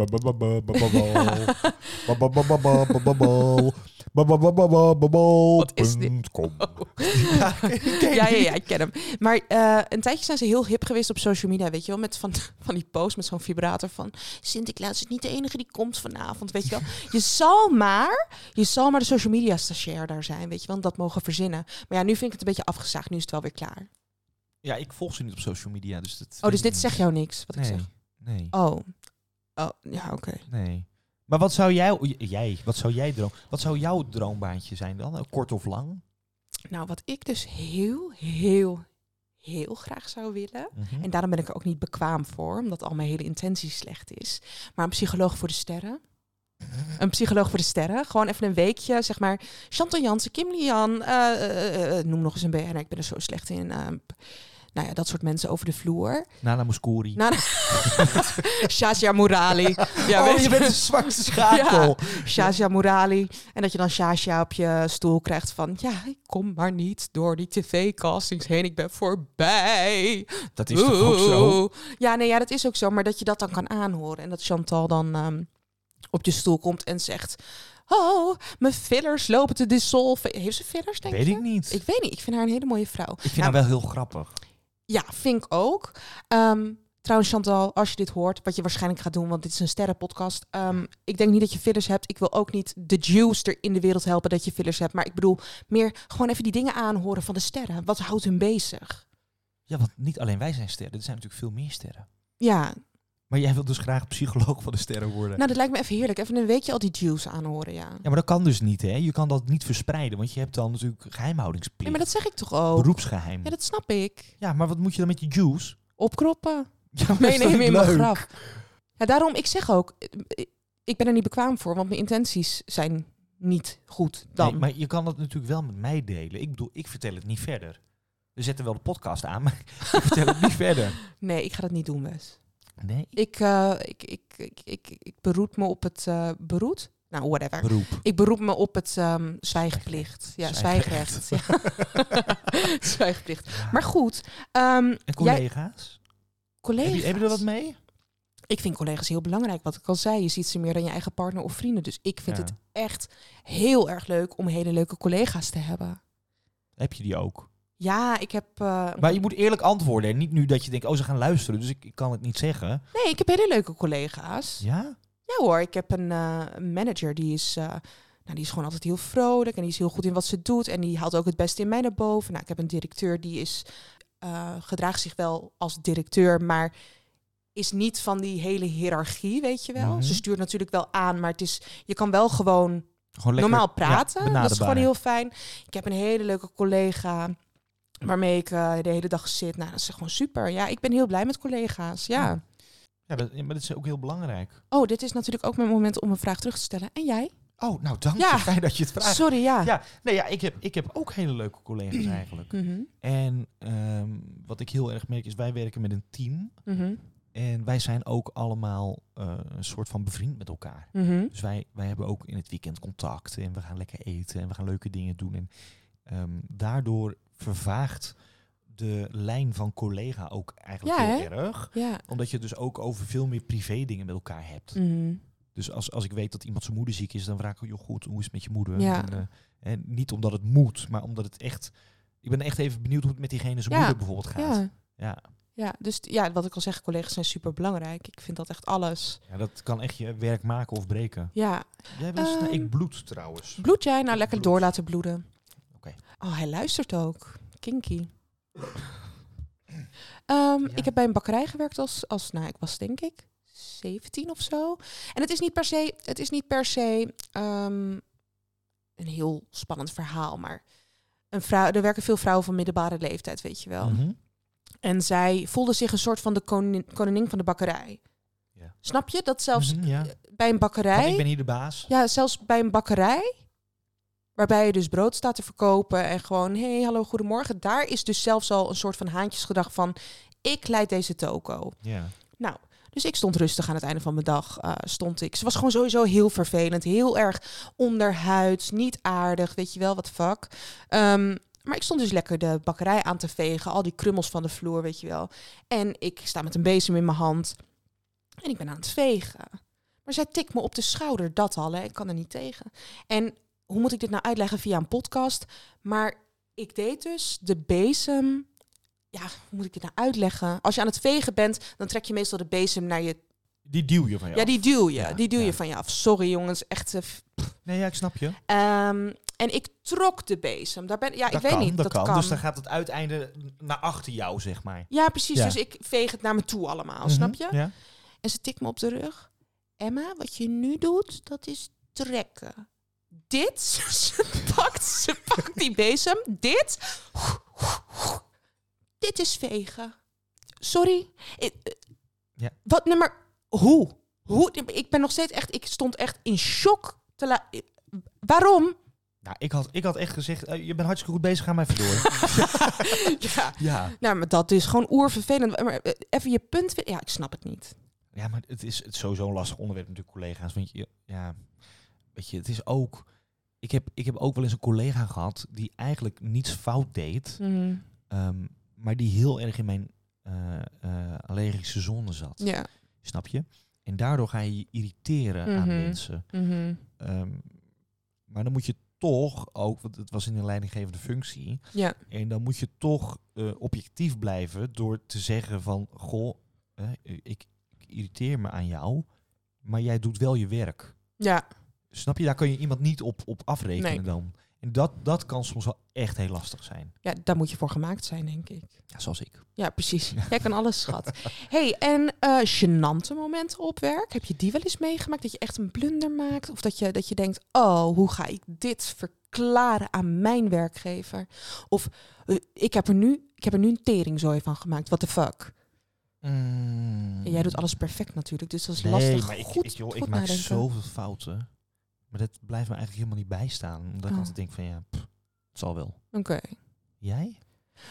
Wat is dit? ja, ja, ja, ik ken hem. Maar eh, een tijdje zijn ze heel hip geweest op social media, weet je wel. Met van, van die post met zo'n vibrator van... Sinterklaas is niet de enige die komt vanavond, weet je wel. Je zal maar, je zal maar de social media stagiair daar zijn, weet je wel. En dat mogen verzinnen. Maar ja, nu vind ik het een beetje afgezaagd. Nu is het wel weer klaar. Ja, ik volg ze niet op social media, dus dat... Oh, dus dit zegt jou niks, wat ik Nee, zeg. nee, Oh. Oh, ja, oké. nee. Maar wat zou jij, j- jij, wat zou jij droom, wat zou jouw droombaantje zijn dan? Eh, Kort of lang? Nou, wat ik dus heel, heel, heel graag zou willen... Mhm. En daarom ben ik er ook niet bekwaam voor, omdat al mijn hele intentie slecht is. Maar een psycholoog voor de sterren. Een psycholoog voor de sterren. Gewoon even een weekje, zeg maar. Chantal Jansen, Kim Lian, eh, eh, eh, noem nog eens een BN'er. Ik ben er zo slecht in. eh, p- nou ja, dat soort mensen over de vloer. Nana Mouskouri. Nou, Shazia Murali. Ja, oh, weet je je- bent de zwakste schakel. Shazia Murali. En dat je dan Shazia op je stoel krijgt van... Ja, ik kom maar niet door die tv-castings heen. Ik ben voorbij. Dat is toch ook zo? Oeh. Ja, nee, ja, dat is ook zo. Maar dat je dat dan kan aanhoren. En dat Chantal dan ehm, op je stoel komt en zegt... Oh, mijn fillers lopen te dissolven. Heeft ze fillers, denk Weet je? ik niet. Ik weet niet. Ik vind haar een hele mooie vrouw. Ik vind haar wel heel grappig. Ja, vind ik ook. Ehm, trouwens, Chantal, als je dit hoort, wat je waarschijnlijk gaat doen, want dit is een sterrenpodcast. ehm, ik denk niet dat je fillers hebt. Ik wil ook niet de Jews er in de wereld helpen dat je fillers hebt. Maar ik bedoel, meer gewoon even die dingen aanhoren van de sterren. Wat houdt hun bezig? Ja, want niet alleen wij zijn sterren, er zijn natuurlijk veel meer sterren. Ja, Maar jij wilt dus graag psycholoog van de sterren worden. nou, dat lijkt me even heerlijk. Even een weekje al die Jews aanhoren, ja. Ja, maar dat kan dus niet, hè? Je kan dat niet verspreiden, want je hebt dan natuurlijk Nee, geheimhoudingsplicht. maar dat zeg ik toch ook. Beroepsgeheim. Ja, dat snap ik. Ja, maar wat moet je dan met je juice? Opkroppen. Ja, maar is dat Meenemen niet in mijn leuk? graf. Ja, daarom, ik zeg ook, eh, ik ben er niet bekwaam voor, want mijn intenties zijn niet goed dan. Nee, maar je kan dat natuurlijk wel met mij delen. Ik bedoel, ik vertel het niet verder. We zetten wel de podcast aan, maar ik vertel het niet verder. Nee, ik ga dat niet doen, Wes. Nee, Ik, eh, ik, ik, ik, ik, ik beroep me op het... eh beroet? Nou, whatever. beroep. Ik beroep me op het ehm, zwijgplicht. Ja, Zwijgrecht. zwijgrecht. Ja. zwijgplicht. Maar goed, ehm, En jij, collega's? Heb, collega's. je, heb je er wat mee? Ik vind collega's heel belangrijk. Wat ik al zei, je ziet ze meer dan je eigen partner of vrienden. Dus ik vind Ja. het echt heel erg leuk om hele leuke collega's te hebben. Heb je die ook? Ja, ik heb... eh, Maar je moet eerlijk antwoorden. En niet nu dat je denkt, oh, ze gaan luisteren, dus ik, ik kan het niet zeggen. Nee, ik heb hele leuke collega's. Ja? Ja hoor, ik heb een eh, een manager die is, eh, nou, die is gewoon altijd heel vrolijk en die is heel goed in wat ze doet en die haalt ook het beste in mij naar boven. Nou, ik heb een directeur die is, eh, gedraagt zich wel als directeur, maar is niet van die hele hiërarchie, weet je wel. Mhm. Ze stuurt natuurlijk wel aan, maar het is, je kan wel gewoon Gewoon normaal praten. Ja, dat is gewoon benaderbaar. heel fijn. Ik heb een hele leuke collega waarmee ik eh, de hele dag zit. Nou, dat is gewoon super. Ja, ik ben heel blij met collega's. Ja. Ja. Ja, dat, maar dat is ook heel belangrijk. Oh, dit is natuurlijk ook mijn moment om een vraag terug te stellen. En jij? Oh, nou dank Ja. je. Fijn dat je het vraagt. Sorry, ja. Ja, nee, ja ik, heb, ik heb ook hele leuke collega's eigenlijk. Mhm, En ehm, wat ik heel erg merk is, wij werken met een team. mhm, En wij zijn ook allemaal eh, een soort van bevriend met elkaar. mhm. Dus wij, wij hebben ook in het weekend contact. En we gaan lekker eten en we gaan leuke dingen doen. En ehm, daardoor vervaagt de lijn van collega ook eigenlijk Ja, heel hè? erg. Ja. Omdat je het dus ook over veel meer privé dingen met elkaar hebt. Mhm. Dus als, als ik weet dat iemand zijn moeder ziek is, dan vraag ik, joh, goed, hoe is het met je moeder? Ja. En, eh, en niet omdat het moet, maar omdat het echt... Ik ben echt even benieuwd hoe het met diegene zijn Ja. moeder bijvoorbeeld gaat. Ja. Ja. Ja, dus t- ja, wat ik al zeg, collega's zijn super belangrijk. Ik vind dat echt alles. Ja, dat kan echt je werk maken of breken. Ja. Jij wil eens naar Ehm, ik bloed trouwens. Bloed jij? Nou, lekker Bloed. door laten bloeden. Oké. Oh, hij luistert ook. Kinky. Ehm, Ja. Ik heb bij een bakkerij gewerkt als, als, nou, ik was denk ik 17 of zo. En het is niet per se, het is niet per se ehm, een heel spannend verhaal, maar een vrouw, er werken veel vrouwen van middelbare leeftijd, weet je wel. Mhm. En zij voelde zich een soort van de konin, koningin van de bakkerij. Ja. Snap je? Dat zelfs Mhm, ja. bij Want een bakkerij... ik ben hier de baas. Ja, zelfs bij een bakkerij, waarbij je dus brood staat te verkopen en gewoon, hé, hey, hallo, goedemorgen. Daar is dus zelfs al een soort van haantjesgedrag van, ik leid deze toko. Ja. Dus ik stond rustig aan het einde van mijn dag, eh, stond ik. Ze was gewoon sowieso heel vervelend, heel erg onderhuids, niet aardig, weet je wel, wat fuck. Ehm, maar ik stond dus lekker de bakkerij aan te vegen, al die krummels van de vloer, weet je wel. En ik sta met een bezem in mijn hand en ik ben aan het vegen. Maar zij tikt me op de schouder, dat al, hè. ik kan er niet tegen. En hoe moet ik dit nou uitleggen via een podcast? Maar ik deed dus de bezem. Ja, hoe moet ik dit nou uitleggen? Als je aan het vegen bent, dan trek je meestal de bezem naar je. Die duw je van Ja, jou. die duw je. Ja, die duw je ja. van je af. Sorry jongens, echt. eh, f- Nee, ja, ik snap je. Ehm, en ik trok de bezem. Daar ben, ja, ik dat weet kan, niet. Dat, kan. Dus dan gaat het uiteinde naar achter jou, zeg maar. Ja, precies. Ja. Dus ik veeg het naar me toe allemaal, Mhm, Oh, snap je? Ja. En ze tikt me op de rug. Emma, wat je nu doet, dat is trekken. Dit, ze pakt, ze pakt die bezem. Dit, dit is vegen. Sorry. Ik- eh, Ja. Wat nummer, hoe? hoe? Ik ben nog steeds echt, ik stond echt in shock. Te la- eh, waarom? Nou, ik had, ik had echt gezegd, eh, je bent hartstikke goed bezig, ga maar even door. ja. ja. Nou, maar dat is gewoon oervervelend. Maar eh, even je punt, vi- ja, ik snap het niet. Ja, maar het is, het is sowieso een lastig onderwerp natuurlijk, collega's. Want je, ja, weet je, het is ook... Ik heb, ik heb ook wel eens een collega gehad die eigenlijk niets fout deed, ehm, maar die heel erg in mijn eh, eh, allergische zone zat. Ja. Snap je? En daardoor ga je je irriteren aan Mhm. mensen. Ehm, maar dan moet je toch ook, want het was in een leidinggevende functie, Ja. en dan moet je toch eh, objectief blijven door te zeggen van, goh, eh, ik, ik irriteer me aan jou, maar jij doet wel je werk. Ja. Snap je? Daar kan je iemand niet op, op afrekenen Nee. dan. En dat, dat kan soms wel echt heel lastig zijn. ja, daar moet je voor gemaakt zijn, denk ik. Ja, zoals ik. Ja, precies. Jij kan alles, schat. hey, en eh gênante momenten op werk. Heb je die wel eens meegemaakt? Dat je echt een blunder maakt? Of dat je, dat je denkt, oh, hoe ga ik dit verklaren aan mijn werkgever? Of eh, ik, heb er nu, ik heb er nu een teringzooi van gemaakt. What the fuck? En jij doet alles perfect natuurlijk, dus dat is Mm. nee, lastig. Maar ik, goed, ik, joh, ik goed maak nadenken. zoveel fouten. Maar dat blijft me eigenlijk helemaal niet bijstaan. Omdat ik Oh. altijd denk van, ja, pff, het zal wel. Oké. Jij?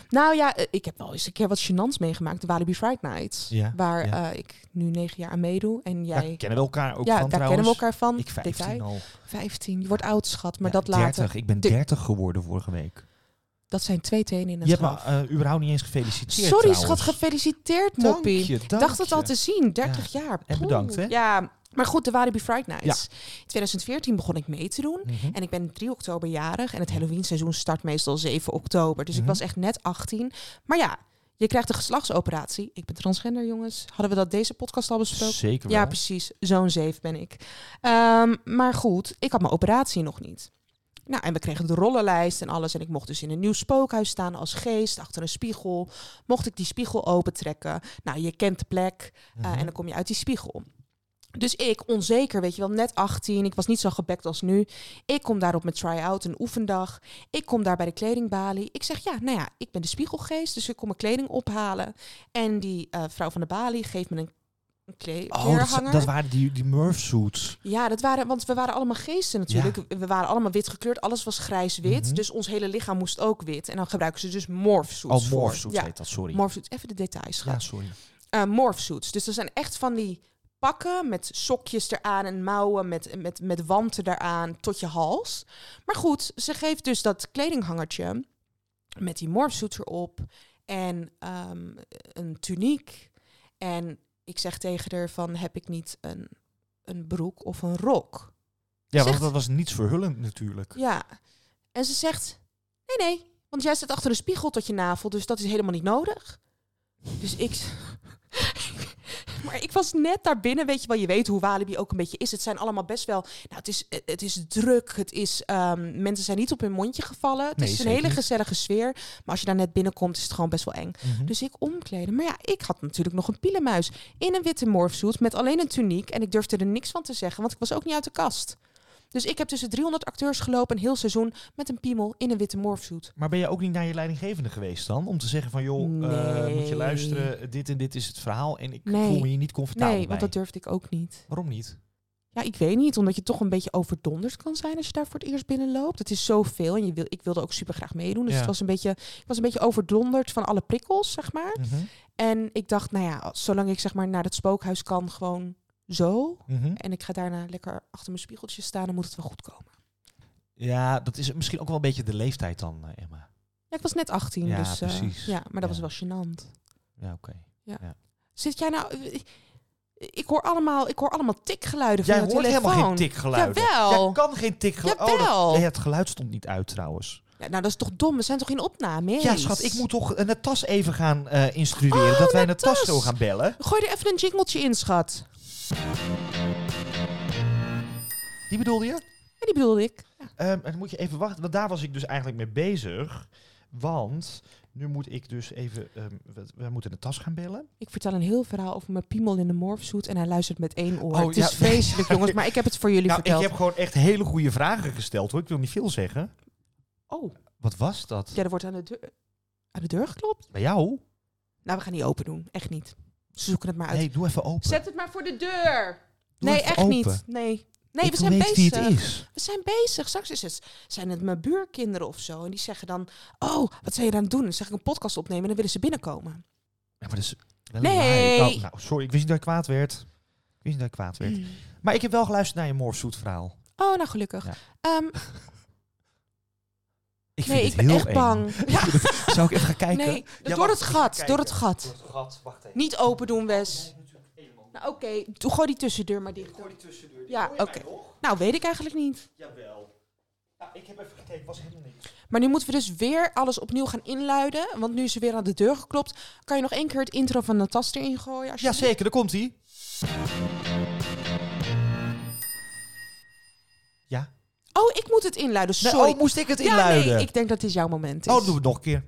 Nou ja, eh, ik heb wel eens een keer wat gênants meegemaakt. De Walibi Fright Nights. Ja, Waar ja. eh, ik nu negen jaar aan meeldoe. En Ja, jij... kennen we elkaar ook Ja, van daar trouwens. kennen we elkaar van. Ik 15 Detail. al. 15. Je wordt oud, schat, maar Ja, dat later. 30. Ik ben Dit- 30 geworden vorige week. Dat zijn twee tenen in Je het hebt me graf. eh, überhaupt niet eens gefeliciteerd Sorry, trouwens. schat, gefeliciteerd, Dank Moppie. je, Ik dank dacht het je. al te zien, 30 jaar. En bedankt, hè? Ja, maar goed, de Walibi Fright Nights. In 2014 begon ik mee te doen. Mhm. En ik ben 3 oktober jarig. En het Halloween seizoen start meestal 7 oktober. Dus Mhm. ik was echt net 18. Maar ja, je krijgt een geslachtsoperatie. Ik ben transgender, jongens. Hadden we dat deze podcast al besproken? Zeker wel. Ja, precies. Zo'n zeef ben ik. Ehm, maar goed, ik had mijn operatie nog niet. Nou, en we kregen de rollenlijst en alles. En ik mocht dus in een nieuw spookhuis staan als geest, achter een spiegel. Mocht ik die spiegel opentrekken. Nou, je kent de plek. eh, Mhm. En dan kom je uit die spiegel. Dus ik, onzeker, weet je wel, net 18. Ik was niet zo gebekt als nu. Ik kom daar op mijn try-out, een oefendag. Ik kom daar bij de kledingbalie. Ik zeg, ja, nou ja, ik ben de spiegelgeest. Dus ik kom mijn kleding ophalen. En die eh, vrouw van de balie geeft me een, een kle- Oh, dat, kleerhanger. zi- dat waren die, die Murph suits. Ja, dat waren, want we waren allemaal geesten natuurlijk. We waren allemaal wit gekleurd, alles was grijs-wit. Mhm. Dus ons hele lichaam moest ook wit. En dan gebruiken ze dus morphsuits Oh, voor. Murph suits ja, heet dat, sorry. morphsuits. Even de details, ja, schat. sorry. Eh morphsuits. Dus er zijn echt van die pakken met sokjes eraan en mouwen met, met, met wanten daaraan tot je hals. Maar goed, ze geeft dus dat kledinghangertje met die morphsuit erop en ehm, een tuniek. En ik zeg tegen haar van, heb ik niet een, een broek of een rok? Ja, Zegt- want dat was niets verhullend natuurlijk. Ja. En ze zegt: Nee, nee, want jij zit achter een spiegel tot je navel, dus dat is helemaal niet nodig. Dus ik. Maar ik was net daar binnen, weet je wel, je weet hoe Walibi ook een beetje is. Het zijn allemaal best wel, nou, het is, het is druk, het is, ehm, mensen zijn niet op hun mondje gevallen. Het Nee, is een zeker hele niet. gezellige sfeer. Maar als je daar net binnenkomt, is het gewoon best wel eng. Mhm. Dus ik omkleden. Maar ja, ik had natuurlijk nog een pielenmuis in een witte morphsuit met alleen een tuniek. En ik durfde er niks van te zeggen, want ik was ook niet uit de kast. Dus ik heb tussen 300 acteurs gelopen een heel seizoen met een piemel in een witte morphsuit. Maar ben je ook niet naar je leidinggevende geweest dan? Om te zeggen van, joh, eh, moet Nee. je luisteren, dit en dit is het verhaal. En ik Nee. voel me hier niet comfortabel Nee, bij. want dat durfde ik ook niet. Waarom niet? Ja, ik weet niet, omdat je toch een beetje overdonderd kan zijn als je daar voor het eerst binnenloopt. Het is zoveel en je wil, ik wilde ook super graag meedoen. Dus Ja. het was een beetje, ik was een beetje overdonderd van alle prikkels, zeg maar. Mhm. En ik dacht, nou ja, zolang ik zeg maar naar het spookhuis kan, gewoon zo. Mhm. En ik ga daarna lekker achter mijn spiegeltje staan, dan moet het wel goed komen. Ja, dat is misschien ook wel een beetje de leeftijd dan, eh, Emma. Ja, ik was net 18, Ja, dus eh, precies. ja, maar dat Ja. was wel gênant. Ja, oké. Zit jij nou? ik- Ik hoor allemaal, ik hoor allemaal tikgeluiden van Jij je hoort telefoon. helemaal geen tikgeluiden. Jawel. Jij kan geen tikgeluiden. Oh, dat- Jawel. Nee, het geluid stond niet uit trouwens. Ja, nou, dat is toch dom? We zijn toch in opname? Ja, eens? schat, ik moet toch eh, Natas even gaan eh, instrueren. Oh, dat wij Natas. Natas zo gaan bellen. Gooi er even een jingletje in, schat. Die bedoelde je? Ja, die bedoelde ik. Ja. Ehm, en dan moet je even wachten, want daar was ik dus eigenlijk mee bezig. Want nu moet ik dus even... ehm, we, we moeten Natas gaan bellen. Ik vertel een heel verhaal over mijn piemel in de morfzoet en hij luistert met één oor. Oh, het is ja. vreselijk, jongens, maar ik heb het voor jullie Nou, ik verteld. heb gewoon echt hele goede vragen gesteld hoor. Ik wil niet veel zeggen. Oh, Wat was dat? ja, er wordt aan de, deur, aan de deur geklopt. Bij jou? Nou, we gaan niet open doen. Echt niet. Ze zoeken het maar uit. Nee, doe even open. Zet het maar voor de deur. Doe nee, even echt open. niet. Nee. Nee, Ik we zijn weet wie bezig. het is. We zijn bezig. Straks is het, zijn het mijn buurkinderen of zo. En die zeggen dan, oh, wat zijn je aan het doen? Dan zeg ik een podcast opnemen en dan willen ze binnenkomen. Ja, maar dat is wel Nee. een lie. Oh, nou, sorry, ik wist niet dat ik kwaad werd. Ik wist niet dat ik kwaad werd. Maar ik heb wel geluisterd naar je morfzoet verhaal. Hmm. Oh, nou gelukkig. Ja. Ehm, Ik vind nee, ik het ben heel echt eng. bang. Ja, Zou ik even gaan kijken? nee, Ja, door wacht, het even gat, kijken. door het gat. het gat, wacht even. Niet open doen, Wes. Nou, oké. Doe- Gooi die tussendeur maar dicht. die tussendeur. die Ja, hoor je oké. mij Nou, weet ik eigenlijk niet. Jawel. ik heb even gekeken, was helemaal niks. Maar nu moeten we dus weer alles opnieuw gaan inluiden. Want nu is er weer aan de deur geklopt. Kan je nog één keer het intro van Natas erin gooien? Als je Jazeker, daar komt hij. Ja. Oh, ik moet het inluiden. Nee, Sorry. oh, moest ik het ja, inluiden? nee, ik denk dat dit jouw moment is. Oh, dan doen we het nog een keer.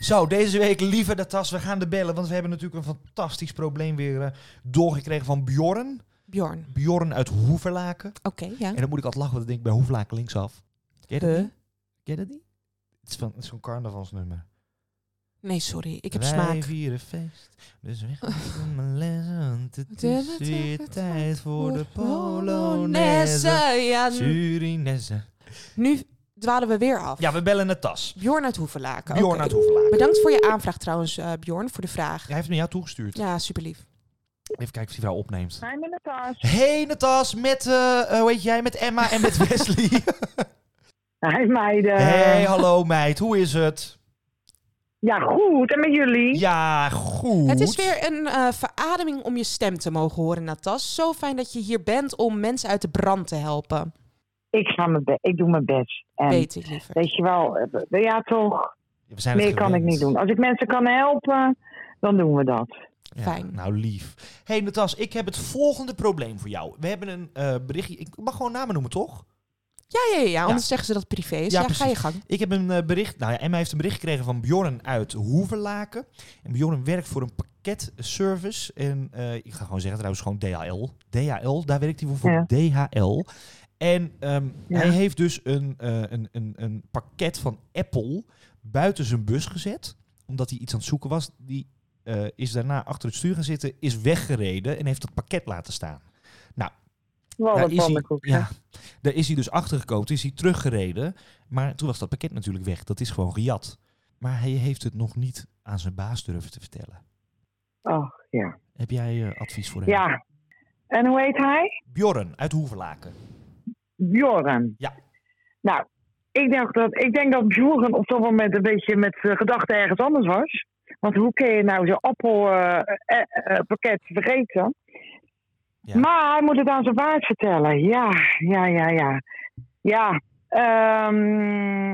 Zo, deze week liever de tas. We gaan de bellen, want we hebben natuurlijk een fantastisch probleem weer eh, doorgekregen van Bjorn. Bjorn. Bjorn uit Hoeverlaken. Oké, ja. En dan moet ik altijd lachen, want dan denk ik bij Hoeverlaken linksaf. Ken je dat Eh, niet? Ken je dat niet? Het is van het is zo'n carnavalsnummer. nee, sorry. Ik heb Wij smaak. Oh. vieren feest, dus weg van mijn lessen, want het Het is is weer weer tijd voor de polonaise. Polonaise, ja. n- Surinese. Nu dwalen we weer af. Ja, we bellen het tas. Bjorn uit Hoevelaken. Bjorn oké. uit Hoeverlaken. Bedankt voor je aanvraag trouwens, eh, Bjorn, voor de vraag. Hij heeft me jou toegestuurd. Ja, super lief. Even kijken of die vrouw opneemt. Hi, mijn Natas. Hey Natas, met, eh, eh, hoe heet jij, met Emma en met Wesley. Hi, meiden. hey, hallo meid, hoe is het? Ja, goed. En met jullie? Ja, goed. Het is weer een eh, verademing om je stem te mogen horen, Natas. Zo fijn dat je hier bent om mensen uit de brand te helpen. Ik, ga mijn be- ik doe mijn best. En Weet ik liever. weet je wel, eh, ja toch, Ja, we zijn het meer kan ik gewend. niet doen. Als ik mensen kan helpen, dan doen we dat. Ja, Fijn. Nou, lief. Hey Natas, ik heb het volgende probleem voor jou. We hebben een eh, berichtje, ik mag gewoon namen noemen, toch? Ja, ja, ja, ja. Anders zeggen ze dat het privé is. Ja, Ja, ga je precies. gang. Ik heb een eh, bericht, nou ja, Emma heeft een bericht gekregen van Bjorn uit Hoeverlaken. En Bjorn werkt voor een pakketservice. En eh, ik ga gewoon zeggen trouwens gewoon DHL. DHL, daar werkt hij voor, voor DHL. En ehm, Ja. hij heeft dus een, eh, een, een, een pakket van Apple buiten zijn bus gezet. Omdat hij iets aan het zoeken was. Die eh, is daarna achter het stuur gaan zitten, is weggereden en heeft dat pakket laten staan. Wel Daar wat is, hij, pannenkoeken. ja, daar is hij dus achtergekomen. Toen is hij teruggereden. Maar toen was dat pakket natuurlijk weg. Dat is gewoon gejat. Maar hij heeft het nog niet aan zijn baas durven te vertellen. Oh, ja. Heb jij eh, advies voor hem? ja. En hoe heet hij? Bjorn uit Hoevelaken. Bjorn. Ja. Nou, ik denk dat, ik denk dat Bjorn op dat moment een beetje met eh, gedachten ergens anders was. Want hoe kun je nou zo'n appelpakket eh, vergeten? Ja. Maar hij moet het aan zijn baas vertellen. Ja, ja, ja, ja. Ja. ehm,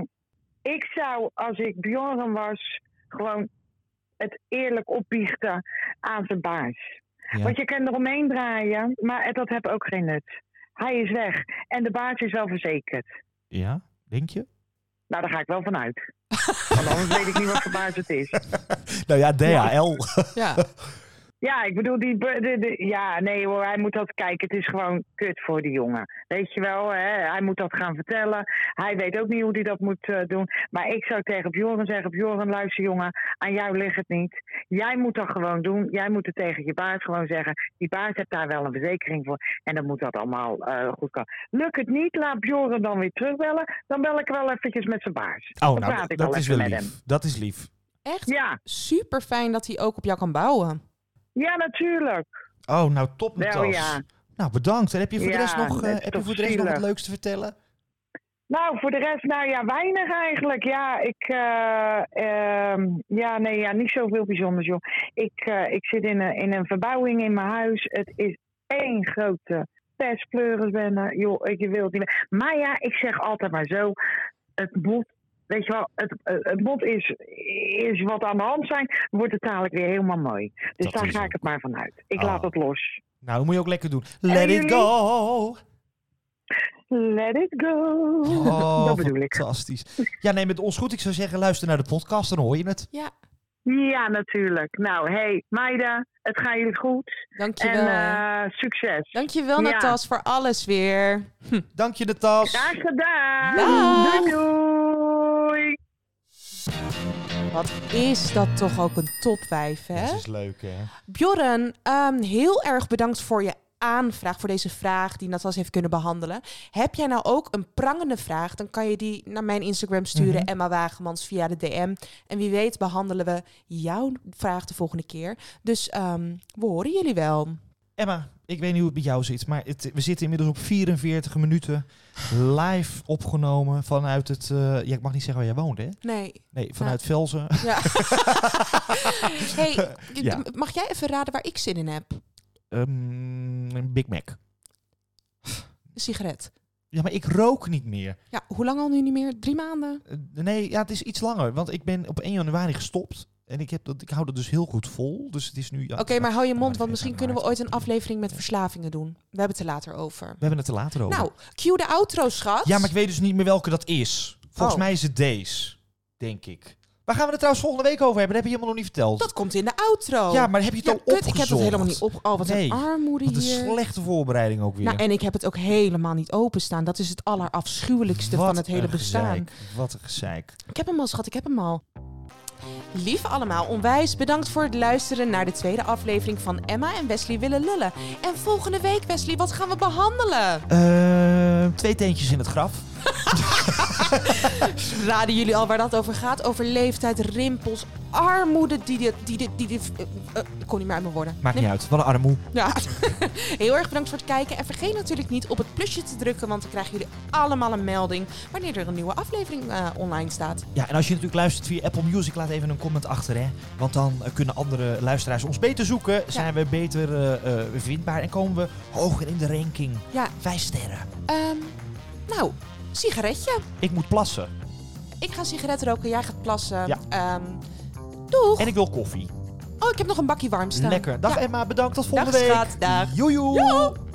ik zou, als ik Bjorn was, gewoon het eerlijk opbiechten aan zijn baas. Ja. Want je kan eromheen draaien, maar het- dat heb ook geen nut. Hij is weg en de baas is wel verzekerd. Ja, denk je? Nou, daar ga ik wel van uit. Want anders weet ik niet wat voor baas het is. Nou ja, DHL. Ja. Ja, ik bedoel, die, be- de- de- ja, nee hoor, hij moet dat kijken. Het is gewoon kut voor die jongen. Weet je wel, hè? hij moet dat gaan vertellen. Hij weet ook niet hoe hij dat moet eh, doen. Maar ik zou tegen Bjorn zeggen, Bjorn, luister jongen, aan jou ligt het niet. Jij moet dat gewoon doen. Jij moet het tegen je baas gewoon zeggen. Die baas heeft daar wel een verzekering voor. En dan moet dat allemaal eh, goed komen. Lukt het niet, laat Bjorn dan weer terugbellen. Dan bel ik wel eventjes met zijn baas. Oh, Dan praat nou, ik dat wel is wel even met lief. Dat is lief. Echt Ja, super fijn dat hij ook op jou kan bouwen. ja natuurlijk. Oh, nou top, Wel Natas. ja. Nou, bedankt. En heb je voor de Ja, rest nog, eh, dat is heb je toch voor de rest nog zielig. het leuks te vertellen? Nou, voor de rest, nou ja, weinig eigenlijk. Ja, ik, eh, ehm, ja, nee, ja, niet zoveel bijzonders, joh. Ik, eh, ik zit in een, in een verbouwing in mijn huis. Het is één grote pestpleurisbende. Joh, ik wil het niet meer. Maar ja, ik zeg altijd maar zo, het moet, weet je wel, het, eh, het moet is, is wat aan de hand zijn, wordt het dadelijk weer helemaal mooi. Dus Dat daar is ga ook. ik het maar van uit. Ik Ah. laat het los. Nou, dat moet je ook lekker doen. Let it jullie? go. Let it go. Oh, dat bedoel ik. fantastisch. Ja, nee, met ons goed. Ik zou zeggen, luister naar de podcast, dan hoor je het. Ja, Ja, natuurlijk. Nou, hey, meiden, het gaat jullie goed. dankjewel. en hè. eh, succes. dankjewel ja. Natas voor alles weer. Dank je, Natas. Graag gedaan. Dag. Doei, doei. Wat is dat toch ook een topwijf, hè? Dat is leuk, hè? Bjorn, ehm, heel erg bedankt voor je aanvraag, voor deze vraag die Natas heeft kunnen behandelen. Heb jij nou ook een prangende vraag, dan kan je die naar mijn Instagram sturen, Mhm. Emma Wagemans, via de DM. En wie weet behandelen we jouw vraag de volgende keer. Dus ehm, we horen jullie wel. Emma, ik weet niet hoe het met jou zit, maar het, we zitten inmiddels op 44 minuten live opgenomen vanuit het... eh, ja, ik mag niet zeggen waar jij woont, hè? Nee, Nee, vanuit Velzen. ja. hey, Ja. mag jij even raden waar ik zin in heb? Ehm, een Big Mac. Een sigaret. Ja, maar ik rook niet meer. Ja, hoe lang al nu niet meer? Drie maanden? Eh, nee, ja, het is iets langer, want ik ben op 1 januari gestopt. En ik, heb dat, ik hou dat dus heel goed vol. Dus het is nu... ja, Oké, maar hou je mond, maar want ik misschien ga naar kunnen we ooit een aflevering met verslavingen doen. We hebben het er later over. We hebben het er later over. Nou, cue de outro, schat. Oh. Ja, maar ik weet dus niet meer welke dat is. Volgens Oh. mij is het deze, denk ik. Waar gaan we het trouwens volgende week over hebben? Dat heb je helemaal nog niet verteld. Dat komt in de outro. Ja, maar heb je het Ja, al kut, opgezocht? ik heb het helemaal niet op... Oh, wat Nee, een armoede Wat een hier. slechte voorbereiding ook weer. Nou, en ik heb het ook helemaal niet openstaan. Dat is het allerafschuwelijkste Wat van het hele een bestaan. gezeik, Wat een gezeik. Ik heb hem al, schat. Ik heb hem al. Lieve allemaal, onwijs bedankt voor het luisteren naar de tweede aflevering van Emma en Wesley willen lullen. En volgende week, Wesley, wat gaan we behandelen? Eh, twee teentjes in het graf. Raden jullie al waar dat over gaat? Over leeftijd, rimpels, armoede, die de... Die de, die de eh, eh, ik kon niet meer uit mijn woorden. Maakt Nee, niet uit. Wat een armoe. Ja. Heel erg bedankt voor het kijken. En vergeet natuurlijk niet op het plusje te drukken, want dan krijgen jullie allemaal een melding wanneer er een nieuwe aflevering eh, online staat. Ja, en als je natuurlijk luistert via Apple Music, laat even een comment achter, hè. Want dan eh, kunnen andere luisteraars ons beter zoeken. Zijn we beter eh, eh, vindbaar en komen we hoger in de ranking. Ja. Vijf sterren. Ehm, nou, sigaretje. Ik moet plassen. Ik ga sigaret roken, jij gaat plassen. Ja. Ehm, doeg. En ik wil koffie. Oh, ik heb nog een bakje warm staan. Lekker. Dag Ja. Emma, bedankt. Tot Dag, volgende week. schat. Dag. Joejoe. Joe.